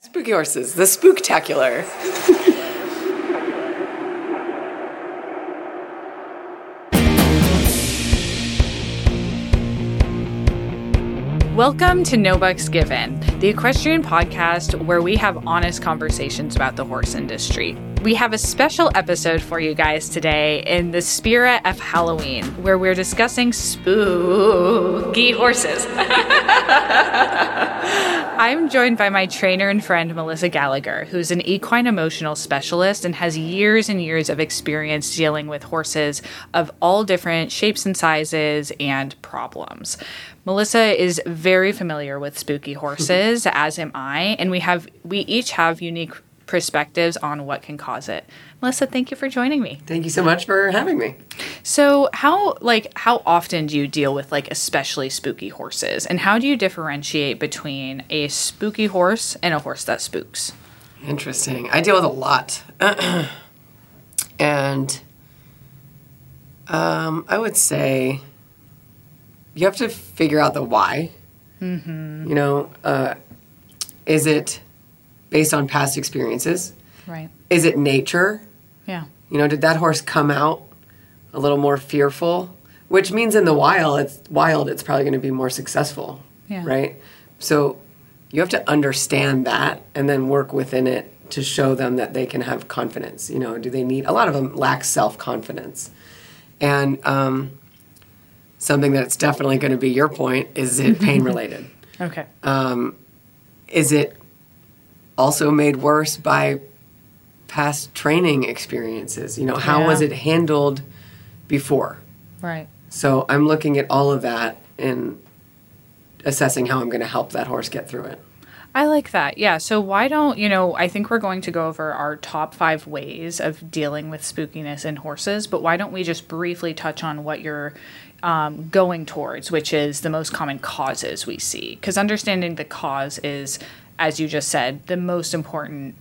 Spooky horses, the spooktacular. Welcome to No Bucks Given, the equestrian podcast where we have honest conversations about the horse industry. We have a special episode for you guys today in the spirit of Halloween, where we're discussing spooky horses. I'm joined by my trainer and friend, Melissa Gallagher, who's an equine emotional specialist and has years and years of experience dealing with horses of all different shapes and sizes and problems. Melissa is very familiar with spooky horses, as am I, and we have we each have unique perspectives on what can cause it. Melissa, thank you for joining me. Thank you so much for having me. So, how like how often do you deal with like especially spooky horses, and how do you differentiate between a spooky horse and a horse that spooks? Interesting. I deal with a lot. and um, I would say you have to figure out the why. Mm-hmm. You know, uh, is it based on past experiences? Right. Is it nature? Yeah. You know, did that horse come out a little more fearful? Which means in the wild, it's wild. It's probably going to be more successful, Yeah. right? So you have to understand that and then work within it to show them that they can have confidence. You know, do they need? A lot of them lack self confidence, and um, something that's definitely going to be your point is it pain related? Okay. Is it also made worse by past training experiences? You know, how was Yeah. it handled before? right. So I'm looking at all of that and assessing how I'm going to help that horse get through it. I like that. Yeah. So why don't you know? I think we're going to go over our top five ways of dealing with spookiness in horses, but why don't we just briefly touch on what you're um, going towards, which is the most common causes we see? Because understanding the cause is, as you just said, the most important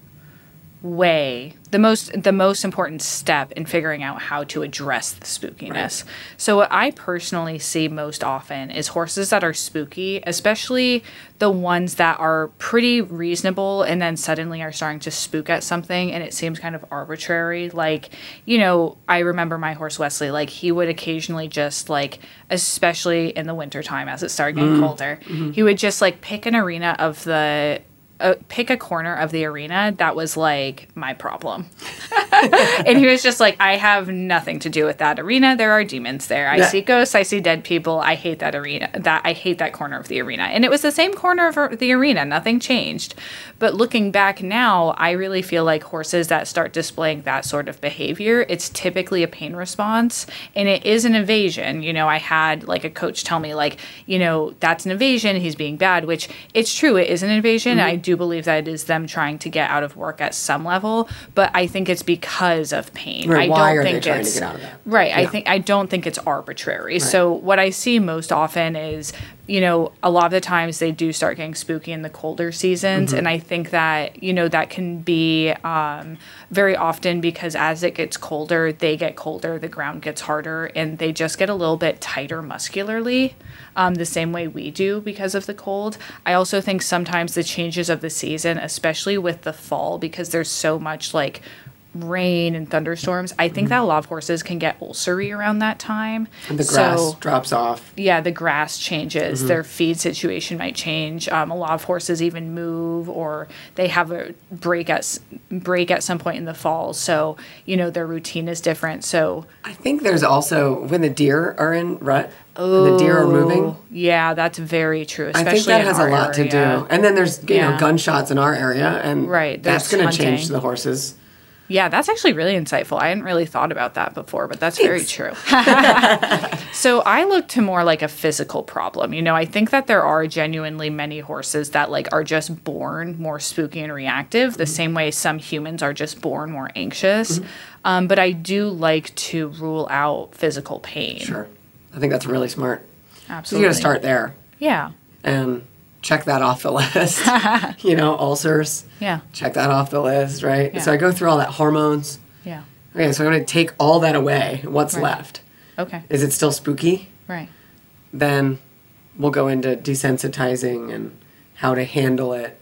way the most the most important step in figuring out how to address the spookiness. So what I personally see most often is horses that are spooky, especially the ones that are pretty reasonable and then suddenly are starting to spook at something and it seems kind of arbitrary. Like, you know, I remember my horse Wesley, like he would occasionally just like especially in the wintertime as it started getting colder, he would just like pick an arena of the uh, pick a corner of the arena that was like my problem. and he was just like, I have nothing to do with that arena. There are demons there. I Yeah. see ghosts. I see dead people. I hate that arena. That I hate that corner of the arena. And it was the same corner of the arena. Nothing changed. But looking back now, I really feel like horses that start displaying that sort of behavior, it's typically a pain response and it is an evasion. You know, I had like a coach tell me like, you know, that's an evasion. He's being bad, which it's true. It is an evasion. Mm-hmm. I do believe that it is them trying to get out of work at some level, but I think it's because of pain. Right, I why don't are they think trying to it's get out of that? right. I think I don't think it's arbitrary. So what I see most often is, you know, a lot of the times they do start getting spooky in the colder seasons, and I think that you know that can be um, very often because as it gets colder, they get colder, the ground gets harder, and they just get a little bit tighter muscularly, um, the same way we do because of the cold. I also think sometimes the changes of the season, especially with the fall, because there's so much like rain and thunderstorms. I think that a lot of horses can get ulcery around that time. And the grass Mm-hmm. So, drops off. yeah, the grass changes. Their feed situation might change. Um, a lot of horses even move, or they have a break at s- break at some point in the fall. So you know their routine is different. So I think there's also when the deer are in rut and the deer are moving. yeah, that's very true. I Especially think that in has a our lot to area. do. And then there's you know Yeah. gunshots in our area, and Right, that's there's going to change hunting. the horses. Yeah, that's actually really insightful. I hadn't really thought about that before, but that's very true. so I look to more like a physical problem. You know, I think that there are genuinely many horses that like are just born more spooky and reactive, Mm-hmm. the same way some humans are just born more anxious. Um, but I do like to rule out physical pain. Sure, I think that's really smart. So you Absolutely. got to start there Yeah. and Um, check that off the list. you know, ulcers. Yeah. Check that off the list, right? So Yeah. I go through all that hormones. Yeah. Okay, so I'm going to take all that away. What's Right. left? Okay. Is it still spooky? Right. Then we'll go into desensitizing and how to handle it.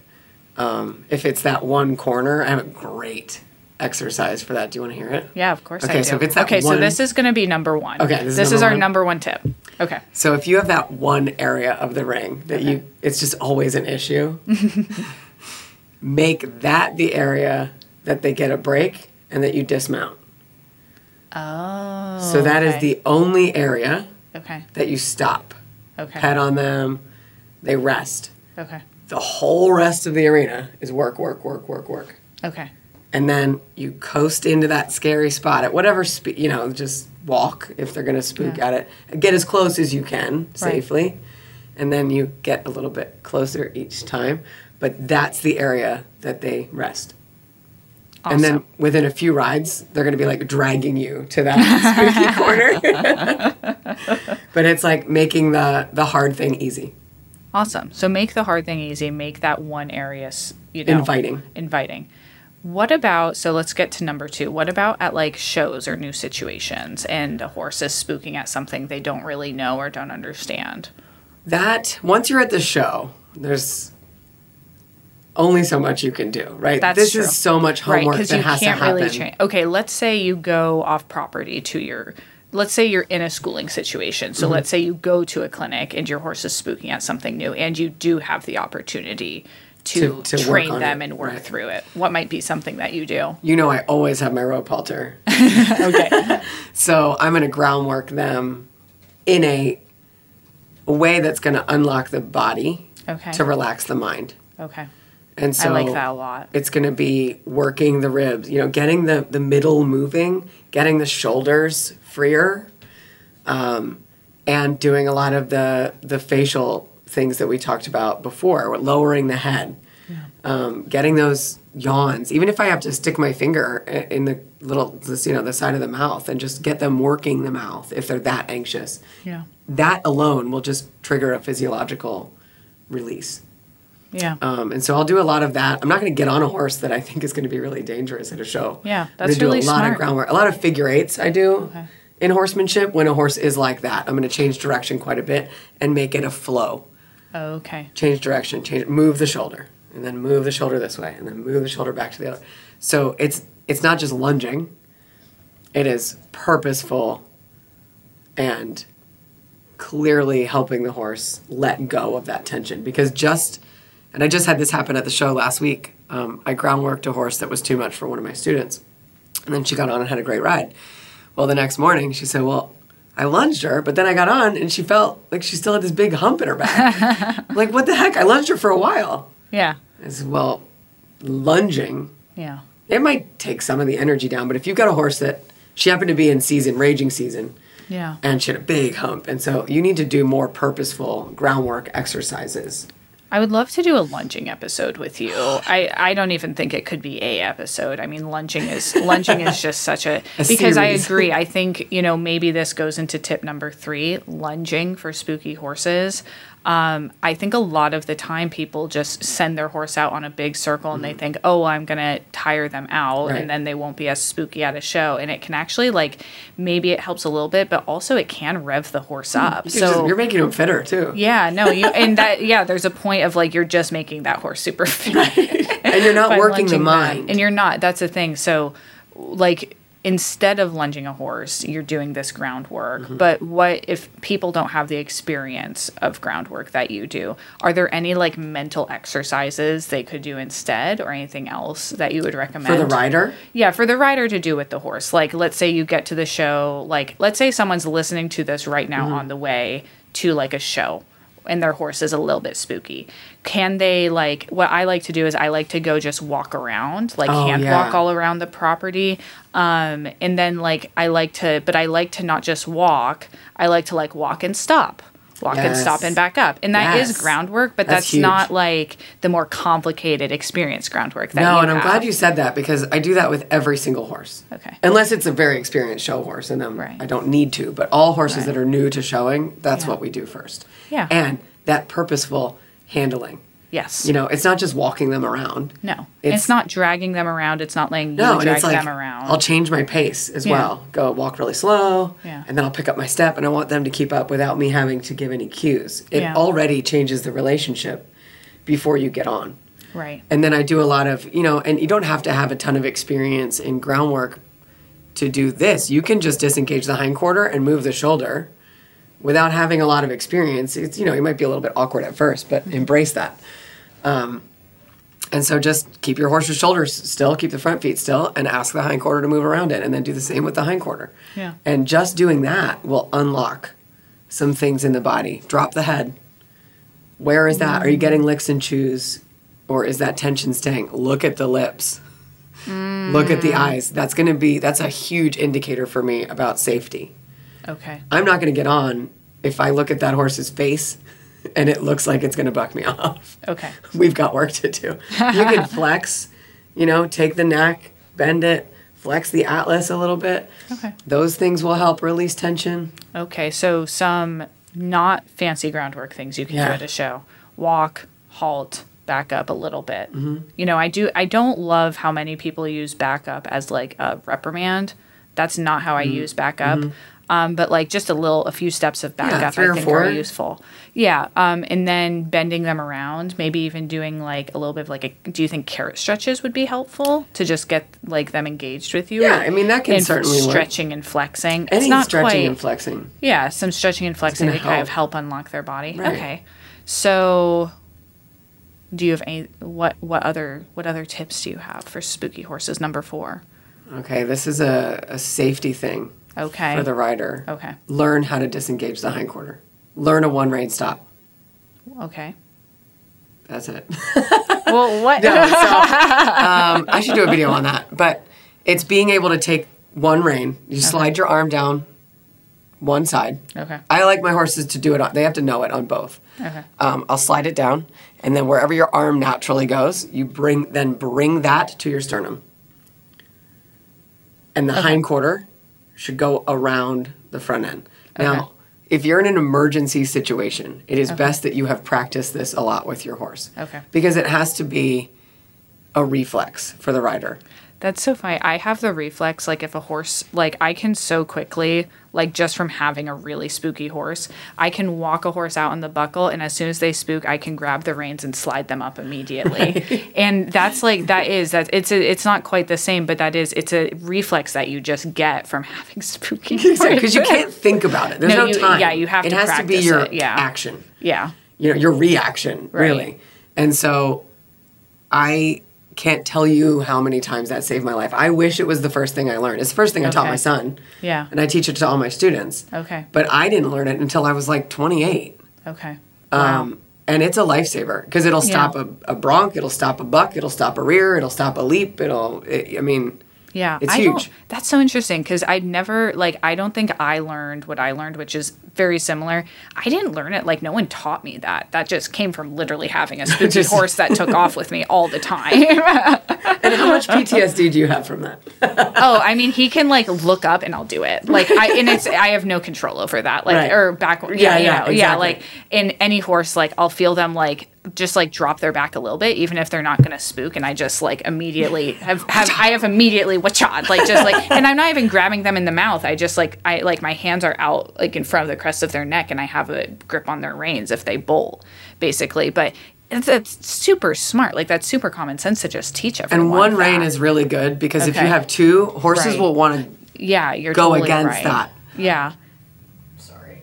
Um, if it's that one corner, I have a great exercise for that. Do you want to hear it? Yeah, of course. I Okay, so do. if it's that okay, so one- this is going to be number one. Okay, this is this is number our one. number one tip. Okay. So if you have that one area of the ring that you it's just always an issue, make that the area that they get a break and that you dismount. Oh. so that is okay. the only area Okay. that you stop. Okay. Pat on them, they rest. Okay. The whole rest of the arena is work, work, work, work, work. Okay. And then you coast into that scary spot at whatever speed, you know, just walk if they're going to spook Yeah. at it. Get as close as you can safely. And then you get a little bit closer each time. But that's the area that they rest. And then Awesome. within a few rides, they're going to be like dragging you to that spooky corner. but it's like making the, the hard thing easy. Awesome. So make the hard thing easy. Make that one area, s- you know, Inviting. Inviting. What about so let's get to number 2. What about at like shows or new situations and a horse is spooking at something they don't really know or don't understand? that once you're at the show, there's only so much you can do, right? That's this true. is so much homework right, that you has can't to happen. really change. Okay, let's say you go off property to your. Let's say you're in a schooling situation. Mm-hmm. So let's say you go to a clinic and your horse is spooking at something new, and you do have the opportunity to, To- to work train on them it, and work right. through it. What might be something that you do? You know, I always have my rope halter, Okay. so I'm going to groundwork them in a, a way that's going to unlock the body Okay. to relax the mind. okay. And so like that a lot. It's going to be working the ribs, you know, getting the the middle moving, getting the shoulders freer, um, and doing a lot of the the facial things that we talked about before, lowering the head, um, getting those yawns. Even if I have to stick my finger i- in the little, this, you know, the side of the mouth, and just get them working the mouth if they're that anxious. Yeah. That alone will just trigger a physiological release. Yeah. Um, and so I'll do a lot of that. I'm not going to get on a horse that I think is going to be really dangerous at a show. Yeah, I'm that's gonna really do a lot smart. of groundwork, a lot of figure eights. I do in horsemanship when a horse is like that. I'm going to change direction quite a bit and make it a flow. okay. Change direction, change, move the shoulder, and then move the shoulder this way, and then move the shoulder back to the other. So it's it's not just lunging. It is purposeful and clearly helping the horse let go of that tension because just and i just had this happen at the show last week um, i groundworked a horse that was too much for one of my students and then she got on and had a great ride well the next morning she said well i lunged her but then i got on and she felt like she still had this big hump in her back I'm like what the heck i lunged her for a while Yeah. i said well lunging Yeah. it might take some of the energy down but if you've got a horse that she happened to be in season raging season Yeah. and she had a big hump. And so you need to do more purposeful groundwork exercises. I would love to do a lunging episode with you. I, I don't even think it could be a episode. I mean, lunging is lunging is just such a, because I series. agree. I think you know maybe this goes into tip number three: lunging for spooky horses. Um, I think a lot of the time people just send their horse out on a big circle and they think, oh, I'm gonna tire them out, Mm-hmm. Right. and then they won't be as spooky at a show. And it can actually like maybe it helps a little bit, but also it can rev the horse up. You're, so Hmm. just- you're making them fitter too. yeah, no, you and that yeah, there's a point of like you're just making that horse super fit. And you're not by working the lunging that. mind. And you're not, that's the thing. So like instead of lunging a horse, you're doing this groundwork. Mm-hmm. But what if people don't have the experience of groundwork that you do? Are there any like mental exercises they could do instead or anything else that you would recommend? For the rider, Yeah, for the rider to do with the horse. Like, let's say you get to the show, like, let's say someone's listening to this right Mm-hmm. now on the way to like a show and their horse is a little bit spooky. Can they, like, what I like to do is I like to go just walk around, like, Oh, hand yeah. walk all around the property. Um, and then, like, I like to, but I like to not just walk, I like to, like, walk and stop. Walk and stop Yes. and back up. And that is Yes. groundwork, but That's that's, huge. not like the more complicated experience groundwork that no, you and I'm have. glad you said that because I do that with every single horse. Okay. Unless it's a very experienced show horse, and then Right. I don't need to. But all horses Right. that are new to showing, that's Yeah. what we do first. Yeah. And that purposeful handling. Yes. You know, it's not just walking them around. No, it's, It's- not dragging them around. It's not letting you No, and drag it's like them around. I'll change my pace as Yeah. well. Go walk really slow, Yeah. and then I'll pick up my step, and I want them to keep up without me having to give any cues. It Yeah. already changes the relationship before you get on. Right. And then I do a lot of, you know, and you don't have to have a ton of experience in groundwork to do this. You can just disengage the hindquarter and move the shoulder without having a lot of experience. It's, you know, it might be a little bit awkward at first, but embrace that. Um, and so just keep your horse's shoulders still, keep the front feet still, and ask the hindquarter to move around it. And then do the same with the hindquarter. Yeah. And just doing that will unlock some things in the body. Drop the head. Where is that? Are you getting licks and chews? Or is that tension staying? Look at the lips. Look at the eyes. That's going to be, that's a huge indicator for me about safety. Okay. I'm not going to get on if I look at that horse's face and it looks like it's going to buck me off. Okay. We've got work to do. You can flex, you know, take the neck, bend it, flex the atlas a little bit. Okay. Those things will help release tension. Okay. So some not fancy groundwork things you can do Yeah. at a show. Walk, halt, back up a little bit. Mm-hmm. You know, I do I don't love how many people use back up as like a reprimand. That's not how I Mm-hmm. use back up. Um, but like just a little a few steps of back Yeah, up three I or think four. are useful. Yeah. Um, and then bending them around, maybe even doing like a little bit of like a do you think carrot stretches would be helpful to just get like them engaged with you? Yeah, I mean, that can And certainly work. stretching and flexing. Any it's not stretching quite, and flexing. yeah, some stretching and flexing to gonna kind of help unlock their body. Right. Okay. So do you have any what what other what other tips do you have for spooky horses number 4? Okay, this is a, a safety thing Okay. Oh. for the rider. okay. Learn how to disengage the hindquarter. Learn a one rein stop. Okay. That's it. Well, what No, so, um, I should do a video on that. But it's being able to take one rein. You slide your arm down one side. Okay. I like my horses to do it. On, they have to know it on both. Okay. Um, I'll slide it down, and then wherever your arm naturally goes, you bring then bring that to your sternum. And the hind quarter should go around the front end. Okay. Now, if you're in an emergency situation, it is best that you have practiced this a lot with your horse. Okay. Because it has to be a reflex for the rider. That's so funny. I have the reflex like if a horse like I can so quickly like just from having a really spooky horse, I can walk a horse out on the buckle and as soon as they spook, I can grab the reins and slide them up immediately. And that's like that is that it's a, it's not quite the same, but that is it's a reflex that you just get from having spooky Because you horses. can't think about it. There's No, no, you- time. yeah, you have it to has to be practice your it, yeah. action. Yeah. you know your reaction really and so i can't tell you how many times that saved my life i wish it was the first thing i learned it's the first thing i taught Okay. my son Yeah. and i teach it to all my students Okay. but i didn't learn it until i was like 28 Okay. um, and it's a lifesaver because it'll stop Yeah. a, a bronc it'll stop a buck it'll stop a rear it'll stop a leap it'll it, i mean Yeah, It's I Don't, huge. that's so interesting because I'd never like I don't think I learned what I learned, which is very similar. I didn't learn it like no one taught me that. That just came from literally having a spooky Just- horse that took off with me all the time. and how much ptsd do you have from that oh, I mean, he can like look up and I'll do it. Like I and it's I have no control over that. Like Right. or back. Yeah, Yeah, yeah, you yeah, know, yeah. exactly. Like in any horse, like I'll feel them like just like drop their back a little bit, even if they're not gonna spook, and I just like immediately have, have I have immediately whatchod like just like and I'm not even grabbing them in the mouth. I just like I like my hands are out like in front of the crest of their neck, and I have a grip on their reins if they bolt, basically. But. It's, it's super smart. Like that's super common sense to just teach everyone. and one rein that. is really good because if Okay. you have two horses Right. will want to yeah, you're go totally against right. that Yeah. sorry.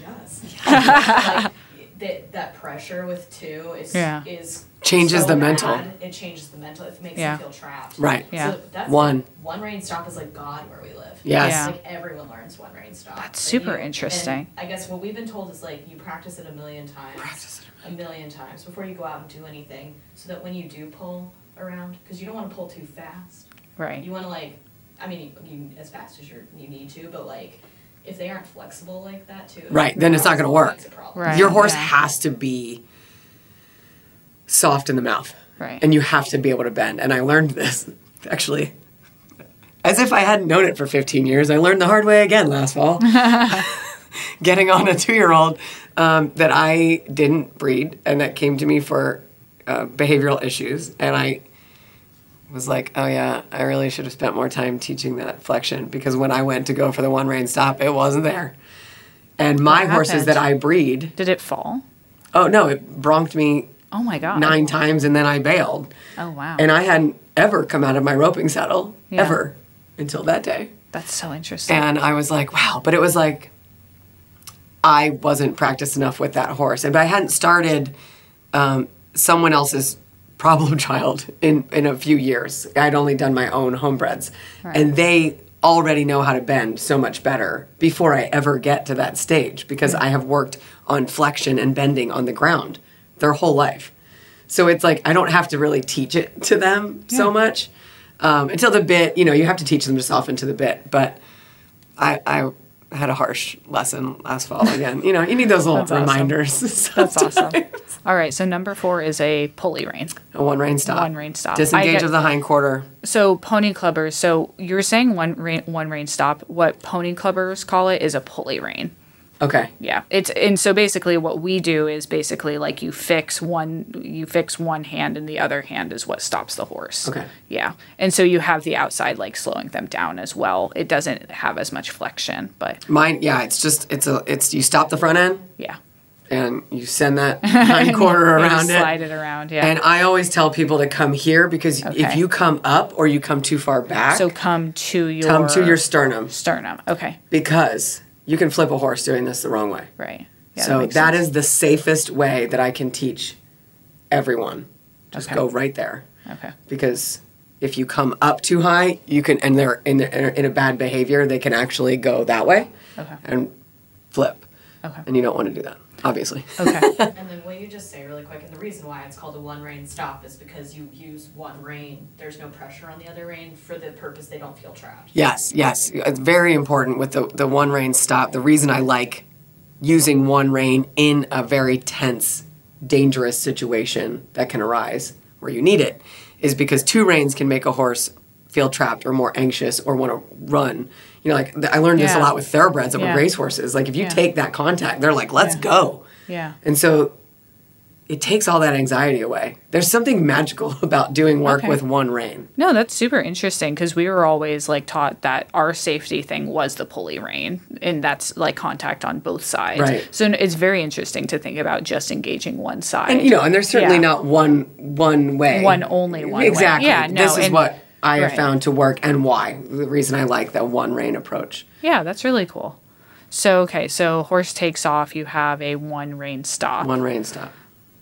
yes. Like, that that pressure with two is Yeah. is Changes so the mental. bad, It changes the mental. It makes Yeah. them feel trapped. Right. Yeah. So that's One. One rain stop is like God where we live. Yes. Yeah. Like everyone learns one rain stop. That's super interesting. I guess what we've been told is like you practice it a million times. Practice it a million, times before you go out and do anything, so that when you do pull around, because you don't want to pull too fast. Right. You want to like, I mean, you, you as fast as you you need to, but like, if they aren't flexible like that too. Right, then it's not gonna work. It's a problem. Right. Your horse yeah. has to be soft in the mouth. Right. And you have to be able to bend. And I learned this actually. As if I hadn't known it for 15 years, I learned the hard way again last fall. Getting on a two year old um, that I didn't breed and that came to me for uh, behavioral issues. And I was like, oh yeah, I really should have spent more time teaching that flexion because when I went to go for the one rein stop, it wasn't there. And my What horses happened? that I breed Did it fall? Oh no, it bronked me Oh my god. nine times and then I bailed. Oh wow. And I hadn't ever come out of my roping saddle, Yeah. ever, until that day. That's so interesting. And I was like, wow. But it was like, I wasn't practiced enough with that horse. And but I hadn't started um, someone else's problem child in, in a few years. I'd only done my own homebreds. Right. And they already know how to bend so much better before I ever get to that stage because I have worked on flexion and bending on the ground their whole life. So it's like I don't have to really teach it to them so much um, until the bit. You know, you have to teach them to soften to the bit, but I, I had a harsh lesson last fall again. You know, you need those little That's awesome. reminders. That's awesome. sometimes. All right, so number four is a pulley rein. A one rein stop. One rein stop. I Disengage get- of the hind quarter. So pony clubbers. So you're saying one rein, one rein stop. What pony clubbers call it is a pulley rein. Okay. Yeah. It's and so basically what we do is basically like you fix one you fix one hand and the other hand is what stops the horse. Okay. Yeah. And so you have the outside like slowing them down as well. It doesn't have as much flexion, but Mine. Yeah. It's just it's a it's you stop the front end yeah. and you send that hind quarter And you around it. slide it around, yeah. And I always tell people to come here because if Okay. you come up or you come too far back, so come to your come to your sternum sternum. Okay. because you can flip a horse doing this the wrong way. Right. Yeah, so makes that sense. is the safest way that I can teach everyone. Just Okay. go right there. Okay. Because if you come up too high, you can and they're in in a bad behavior, they can actually go that way Okay. and flip. Okay. And you don't want to do that, obviously. Okay. And then what you just say really quick, and the reason why it's called a one rein stop is because you use one rein. There's no pressure on the other rein for the purpose they don't feel trapped. Yes, yes. It's very important with the, the one rein stop. The reason I like using one rein in a very tense, dangerous situation that can arise where you need it is because two reins can make a horse feel trapped or more anxious or want to run. You know, like th- I learned this a Yeah. lot with thoroughbreds that Yeah. were racehorses. Like if you Yeah. take that contact, they're like, let's Yeah. go. yeah. And so it takes all that anxiety away. There's something magical about doing work Okay. with one rein. No, that's super interesting because we were always like taught that our safety thing was the pulley rein, and that's like contact on both sides. Right. So n- it's very interesting to think about just engaging one side. And you know, and there's certainly Yeah. not one one way. One only one way. Exactly. Yeah, no, this is and- what I have right. found to work and why. The reason I like that one rein approach. yeah, that's really cool. So okay, so horse takes off. You have a one rein stop. One rein stop.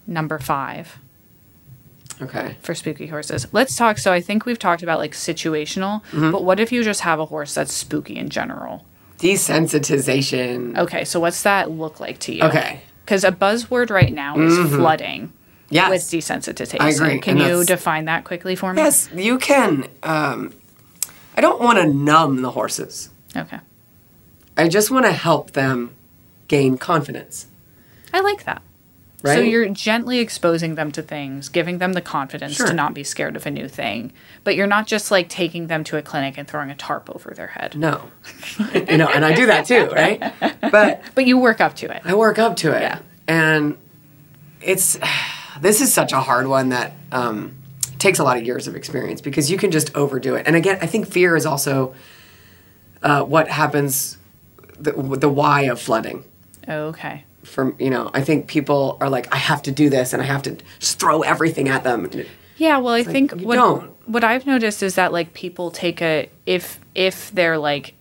Number five. Okay. for spooky horses. Let's talk. So I think we've talked about like situational, Mm-hmm. but what if you just have a horse that's spooky in general? Desensitization. Okay, so what's that look like to you? Okay. Mm-hmm. Because a buzzword right now is flooding Yes. with desensitization. I agree, Can and you that's- define that quickly for me? yes, you can um, I don't want to numb the horses. Okay. I just want to help them gain confidence. I like that. So Right? you're gently exposing them to things, giving them the confidence Sure. to not be scared of a new thing, but you're not just like taking them to a clinic and throwing a tarp over their head. No. you know, and I do that too, right? But But you work up to it. I work up to it. Yeah. And it's this is such a hard one that um, takes a lot of years of experience because you can just overdo it. And again, I think fear is also uh, what happens the, the why of flooding. Okay. From you know, I think people are like, I have to do this, and I have to just throw everything at them. Yeah, well, I think you what don't. what I've noticed is that like people take a if if they're like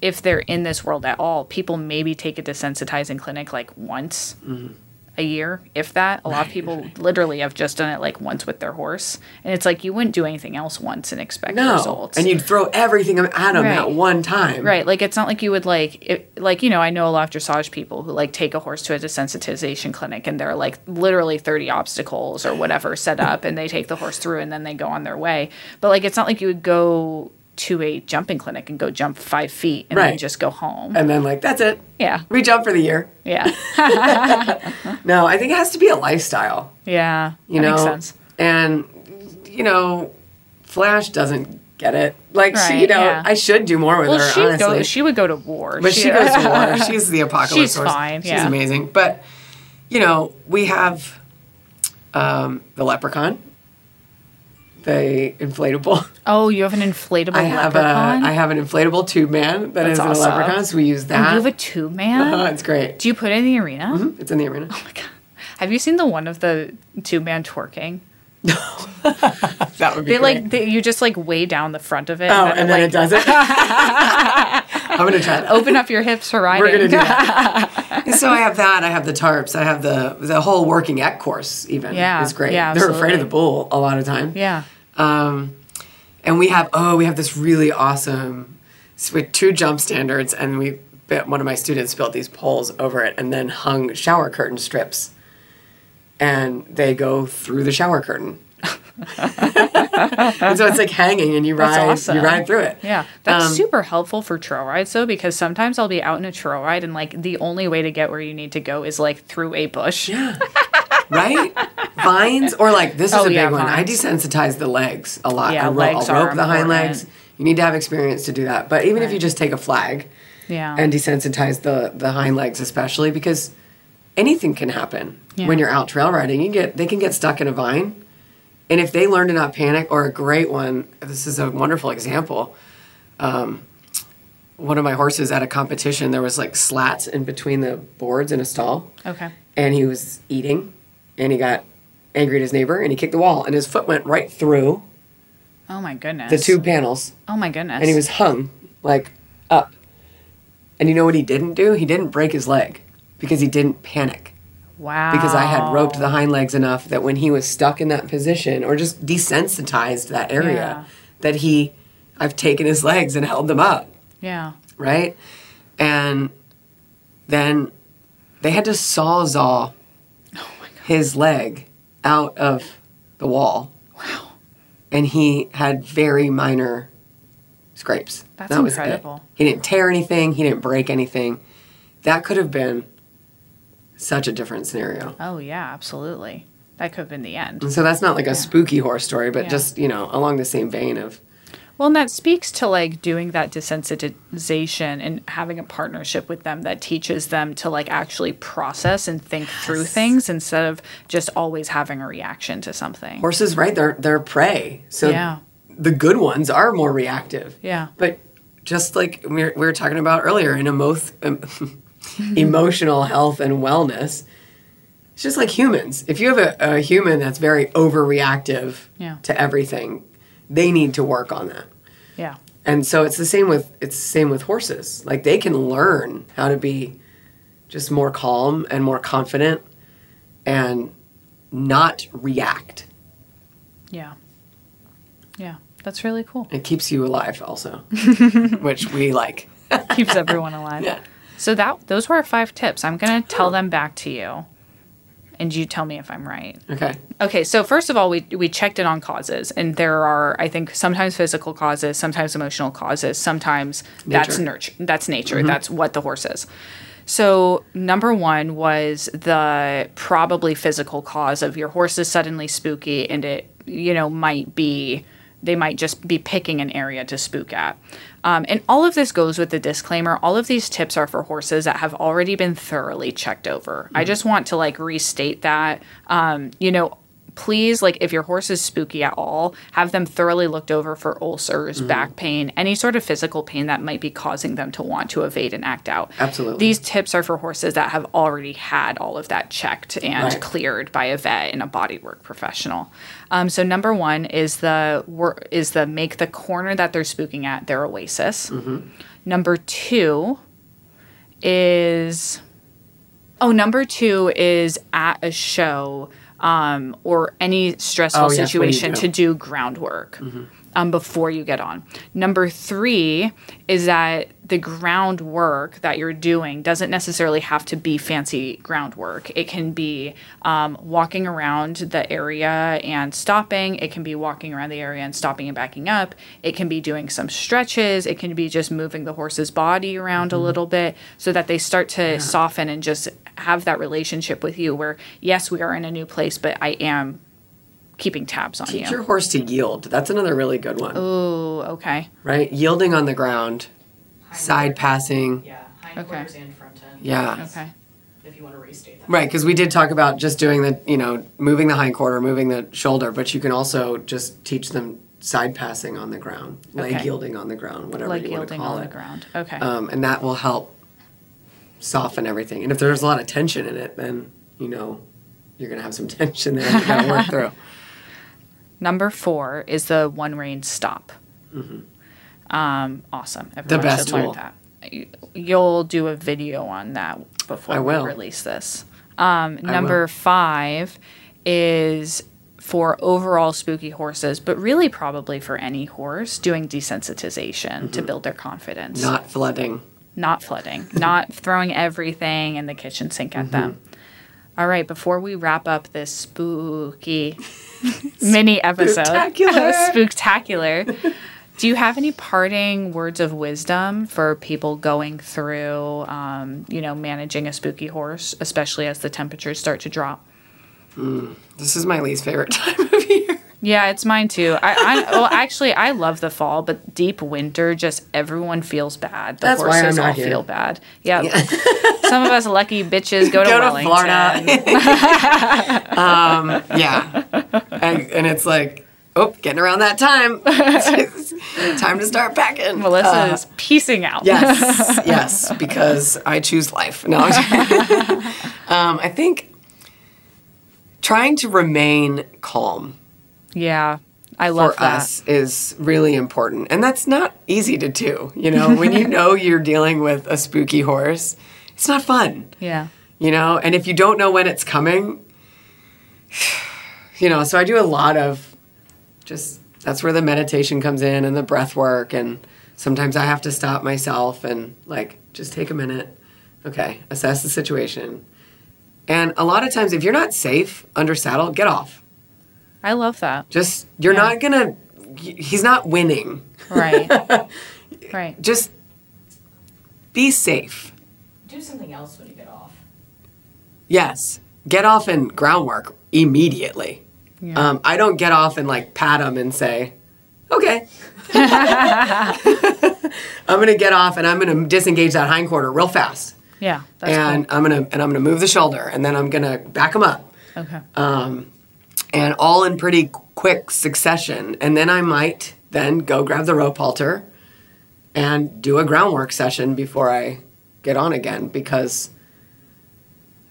if they're in this world at all, people maybe take a desensitizing clinic like once Mm-hmm. a year, if that. A lot of people literally have just done it like once with their horse, and it's like you wouldn't do anything else once and expect No, results. and you'd throw everything at them at Right. one time. Right, like it's not like you would like, it, like you know, I know a lot of dressage people who like take a horse to a desensitization clinic, and there are like literally thirty obstacles or whatever set up, and they take the horse through, and then they go on their way. But like, it's not like you would go to a jumping clinic and go jump five feet and then Right. Uh, just go home. And then like that's it. Yeah. we jump for the year. yeah, No, I think it has to be a lifestyle. yeah, you that know makes sense. and you know flash doesn't get it like she, you Right, know yeah. i should do more with Well, her she honestly go, she would go to war, but she, goes to war she's the apocalypse She's horse. fine, she's yeah. amazing but you know we have um, the leprechaun the inflatable Oh, you have an inflatable i have leprechaun. a i have an inflatable tube man that That's is awesome. a leprechaun so we use Oh, that Uh-huh. you have a tube man. it's great Mm-hmm. Do you put it in the arena? it's in the arena Oh my God. Have you seen the one of the two man twerking? That would be They great. like they, you just like way down the front of it. oh, and then like, it does it. I'm gonna try that. open up your hips for riding. We're gonna do that. so I have that. I have the tarps. I have the the whole working at course. Even Yeah, is great. yeah, They're afraid of absolutely. the bull a lot of time. yeah. Um, and we have oh, we have this really awesome so we had two jump standards, and we bit- one of my students built these poles over it, and then hung shower curtain strips, and they go through the shower curtain. and so it's like hanging, and you That's ride awesome. you ride through it. Yeah, that's Um, super helpful for trail rides though, because sometimes I'll be out in a trail ride and like the only way to get where you need to go is like through a bush. Yeah. right? Vines or like this is Oh, a big yeah, one. I vines. desensitize the legs a lot. Yeah, I ro- legs I'll are rope the hind legs. important. You need to have experience to do that. But even if you just take a flag Yeah. and desensitize the the hind legs especially because anything can happen Yeah. when you're out trail riding. You get they can get stuck in a vine. And if they learn to not panic, or a great one, this is a wonderful example. Um, one of my horses at a competition, there was like slats in between the boards in a stall okay. and he was eating and he got angry at his neighbor and he kicked the wall and his foot went right through Oh my goodness. the two panels Oh my goodness. and he was hung like up and you know what he didn't do he didn't break his leg because he didn't panic wow. because i had roped the hind legs enough that when he was stuck in that position or just desensitized that area Yeah. that he i've taken his legs and held them up Yeah. right? And then they had to sawzall Oh his leg out of the wall. Wow. And he had very minor scrapes. That's it. incredible. He didn't tear anything, he didn't break anything. That could have been such a different scenario. Oh yeah, absolutely. That could have been the end. And so that's not like a spooky horror story, but Yeah. just, you know, along the same vein of Well, and that speaks to like doing that desensitization and having a partnership with them that teaches them to like actually process and think through things instead of just always having a reaction to something. horses, right? They're they're prey. So Yeah. the good ones are more reactive. Yeah. But just like we were, we were talking about earlier in emo- em- emotional health and wellness, it's just like humans. If you have a, a human that's very overreactive Yeah. to everything, they need to work on that. Yeah. And so it's the same with it's the same with horses. Like they can learn how to be just more calm and more confident and not react. Yeah. Yeah. That's really cool. It keeps you alive also, which we like. Keeps everyone alive. Yeah. So that those were our five tips. I'm going to tell them back to you. And you tell me if I'm right. Okay. Okay, so first of all, we we checked in on causes, and there are I think sometimes physical causes, sometimes emotional causes, sometimes that's nurture, that's nature, that's what the horse is. So number one was the probably physical cause of your horse is suddenly spooky, and it you know might be they might just be picking an area to spook at. Um, and all of this goes with the disclaimer. All of these tips are for horses that have already been thoroughly checked over. I just want to like restate that. Um, you know, please, like if your horse is spooky at all, have them thoroughly looked over for ulcers, Mm-hmm. back pain, any sort of physical pain that might be causing them to want to evade and act out. Absolutely. These tips are for horses that have already had all of that checked and Right. cleared by a vet and a bodywork professional. Um, so number one is the wor- is the make the corner that they're spooking at their oasis. Mm-hmm. Number two is oh number two is at a show um, or any stressful Oh, yes, what do you situation do? to do groundwork um, before you get on. Number three is that the groundwork that you're doing doesn't necessarily have to be fancy groundwork. It can be um, walking around the area and stopping. It can be walking around the area and stopping and backing up. It can be doing some stretches. It can be just moving the horse's body around a little bit so that they start to soften and just have that relationship with you where, yes, we are in a new place, but I am keeping tabs on Teach you. your horse to yield. That's another really good one, Oh, okay. right? Yielding on the ground, Hind side quarters- passing. Yeah, hindquarters and front end. Yeah. Okay. If you want to restate that. Right, because we did talk about just doing the, you know, moving the hind quarter, moving the shoulder, but you can also just teach them side passing on the ground, leg Okay. yielding on the ground, whatever Like you want to yielding call on the it. ground. Okay. Um, and that will help soften everything. And if there's a lot of tension in it, then, you know, you're going to have some tension there that you got to work through. Number four is the one rein stop. Um, awesome. Everyone Mm-hmm. best should learn tool. that. You- You'll do a video on that before I will. we release this. Um, number five is for overall spooky horses, but really probably for any horse, doing desensitization to Mm-hmm. build their confidence Not flooding. not flooding, not throwing everything in the kitchen sink at them. All right, before we wrap up this spooky mini episode, Spooktacular. spooktacular, do you have any parting words of wisdom for people going through, um, you know, managing a spooky horse, especially as the temperatures start to drop? This is my least favorite time of year. Yeah, it's mine too. I, I well, actually, I love the fall, but deep winter, just everyone feels bad. The That's why I'm horses not all here. feel bad. Yeah, some of us lucky bitches go to Go to Wellington. Florida. um, yeah. And, and it's like, oh, getting around that time. time to start packing. Melissa Uh, is piecing out. Yes, yes, because I choose life. No, I'm- um, I think trying to remain calm yeah, I love for that. us is really important, and that's not easy to do. You know, when you know you're dealing with a spooky horse, it's not fun. Yeah, You know, and if you don't know when it's coming, you know, so I do a lot of just that's where the meditation comes in and the breath work and sometimes I have to stop myself and like just take a minute. Okay, assess the situation. And a lot of times if you're not safe under saddle, get off. I love that. Just you're Yeah. not going to he's not winning. Right, right. Just be safe. Do something else when you get off. Yes. Get off and groundwork immediately. Yeah. Um, I don't get off and like pat them and say, okay. I'm going to get off and I'm going to disengage that hindquarter real fast. Yeah, that's and I'm going to, and I'm going to move the shoulder and then I'm going to back them up cool. Okay. and all in pretty quick succession. And then I might then go grab the rope halter and do a groundwork session before I get on again because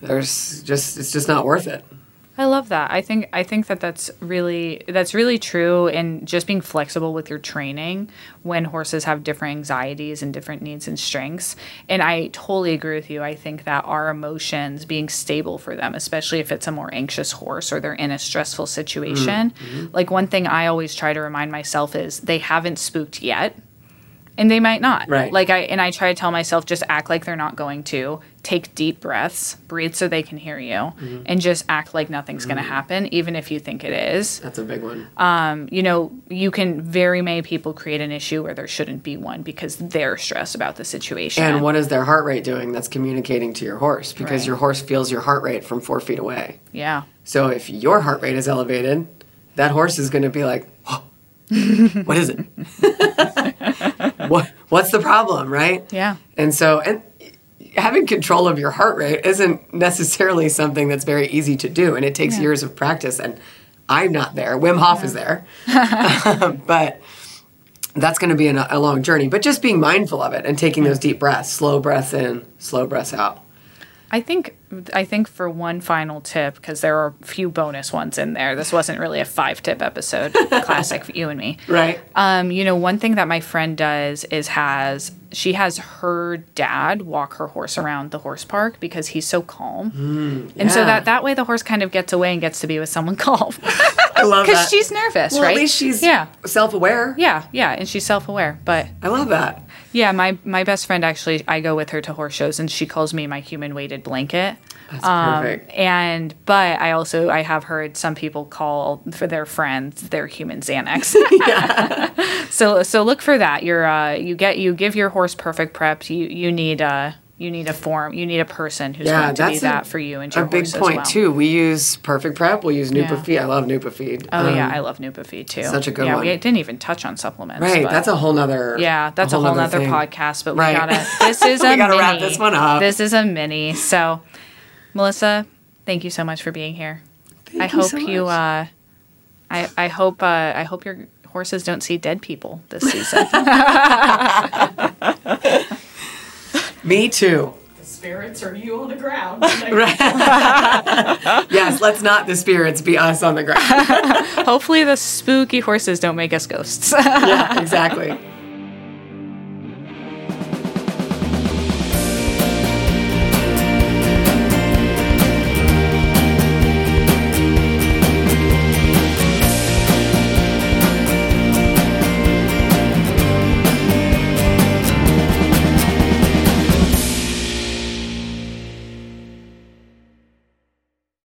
there's just, it's just not worth it. I love that. I think I think that that's really that's really true and just being flexible with your training when horses have different anxieties and different needs and strengths. And I totally agree with you. I think that our emotions being stable for them, especially if it's a more anxious horse or they're in a stressful situation. Like one thing I always try to remind myself is they haven't spooked yet and they might not. Right. Like I and I try to tell myself just act like they're not going to. Take deep breaths, breathe so they can hear you, Mm-hmm. and just act like nothing's going to happen, even if you think it is. That's a big one. Um, you know, you can very many people create an issue where there shouldn't be one because they're stressed about the situation. And what is their heart rate doing that's communicating to your horse? Because Right. your horse feels your heart rate from four feet away. yeah, So if your heart rate is elevated, that horse is going to be like, "Whoa, what is it? what, what's the problem, right? yeah, And so, and having control of your heart rate isn't necessarily something that's very easy to do, and it takes Yeah. years of practice. And I'm not there. Wim Hof is there, but that's going to be an, a long journey. But just being mindful of it and taking those deep breaths, slow breaths in, slow breaths out. I think I think for one final tip because there are a few bonus ones in there. This wasn't really a five tip episode, classic for you and me. Right. Um, you know, one thing that my friend does is has she has her dad walk her horse around the horse park because he's so calm, and so Mm, yeah. that that way the horse kind of gets away and gets to be with someone calm I love because that. she's nervous, well, right? at least she's yeah, self-aware. yeah, yeah, and she's self aware. But I love that. yeah, my my best friend actually, I go with her to horse shows, and she calls me my human weighted blanket. Um, That's perfect. And but I also I have heard some people call for their friends their human Xanax. so so look for that. You're uh, you get you give your horse perfect prep. You you need a you need a form. You need a person who's Yeah, going to be that's a- that for you and A your big horse point as well. too. We use Perfect Prep. We use Yeah. Nupafeed. I love Um, Nupafeed. Oh yeah, I love Nupafeed too. such a good yeah, one. we didn't even touch on supplements. Right, but- that's a whole nother. yeah, that's a whole, nother nother thing. podcast. But Right. we gotta. This is We a gotta mini. wrap this one up. This is a mini. So, Melissa, thank you so much for being here. I Thank you hope so you. much. Uh, I I hope uh, I hope your horses don't see dead people this season. uh, Me too. This spirits or you on the ground. Like, yes, let's not the spirits be us on the ground. Hopefully, the spooky horses don't make us ghosts. yeah, exactly.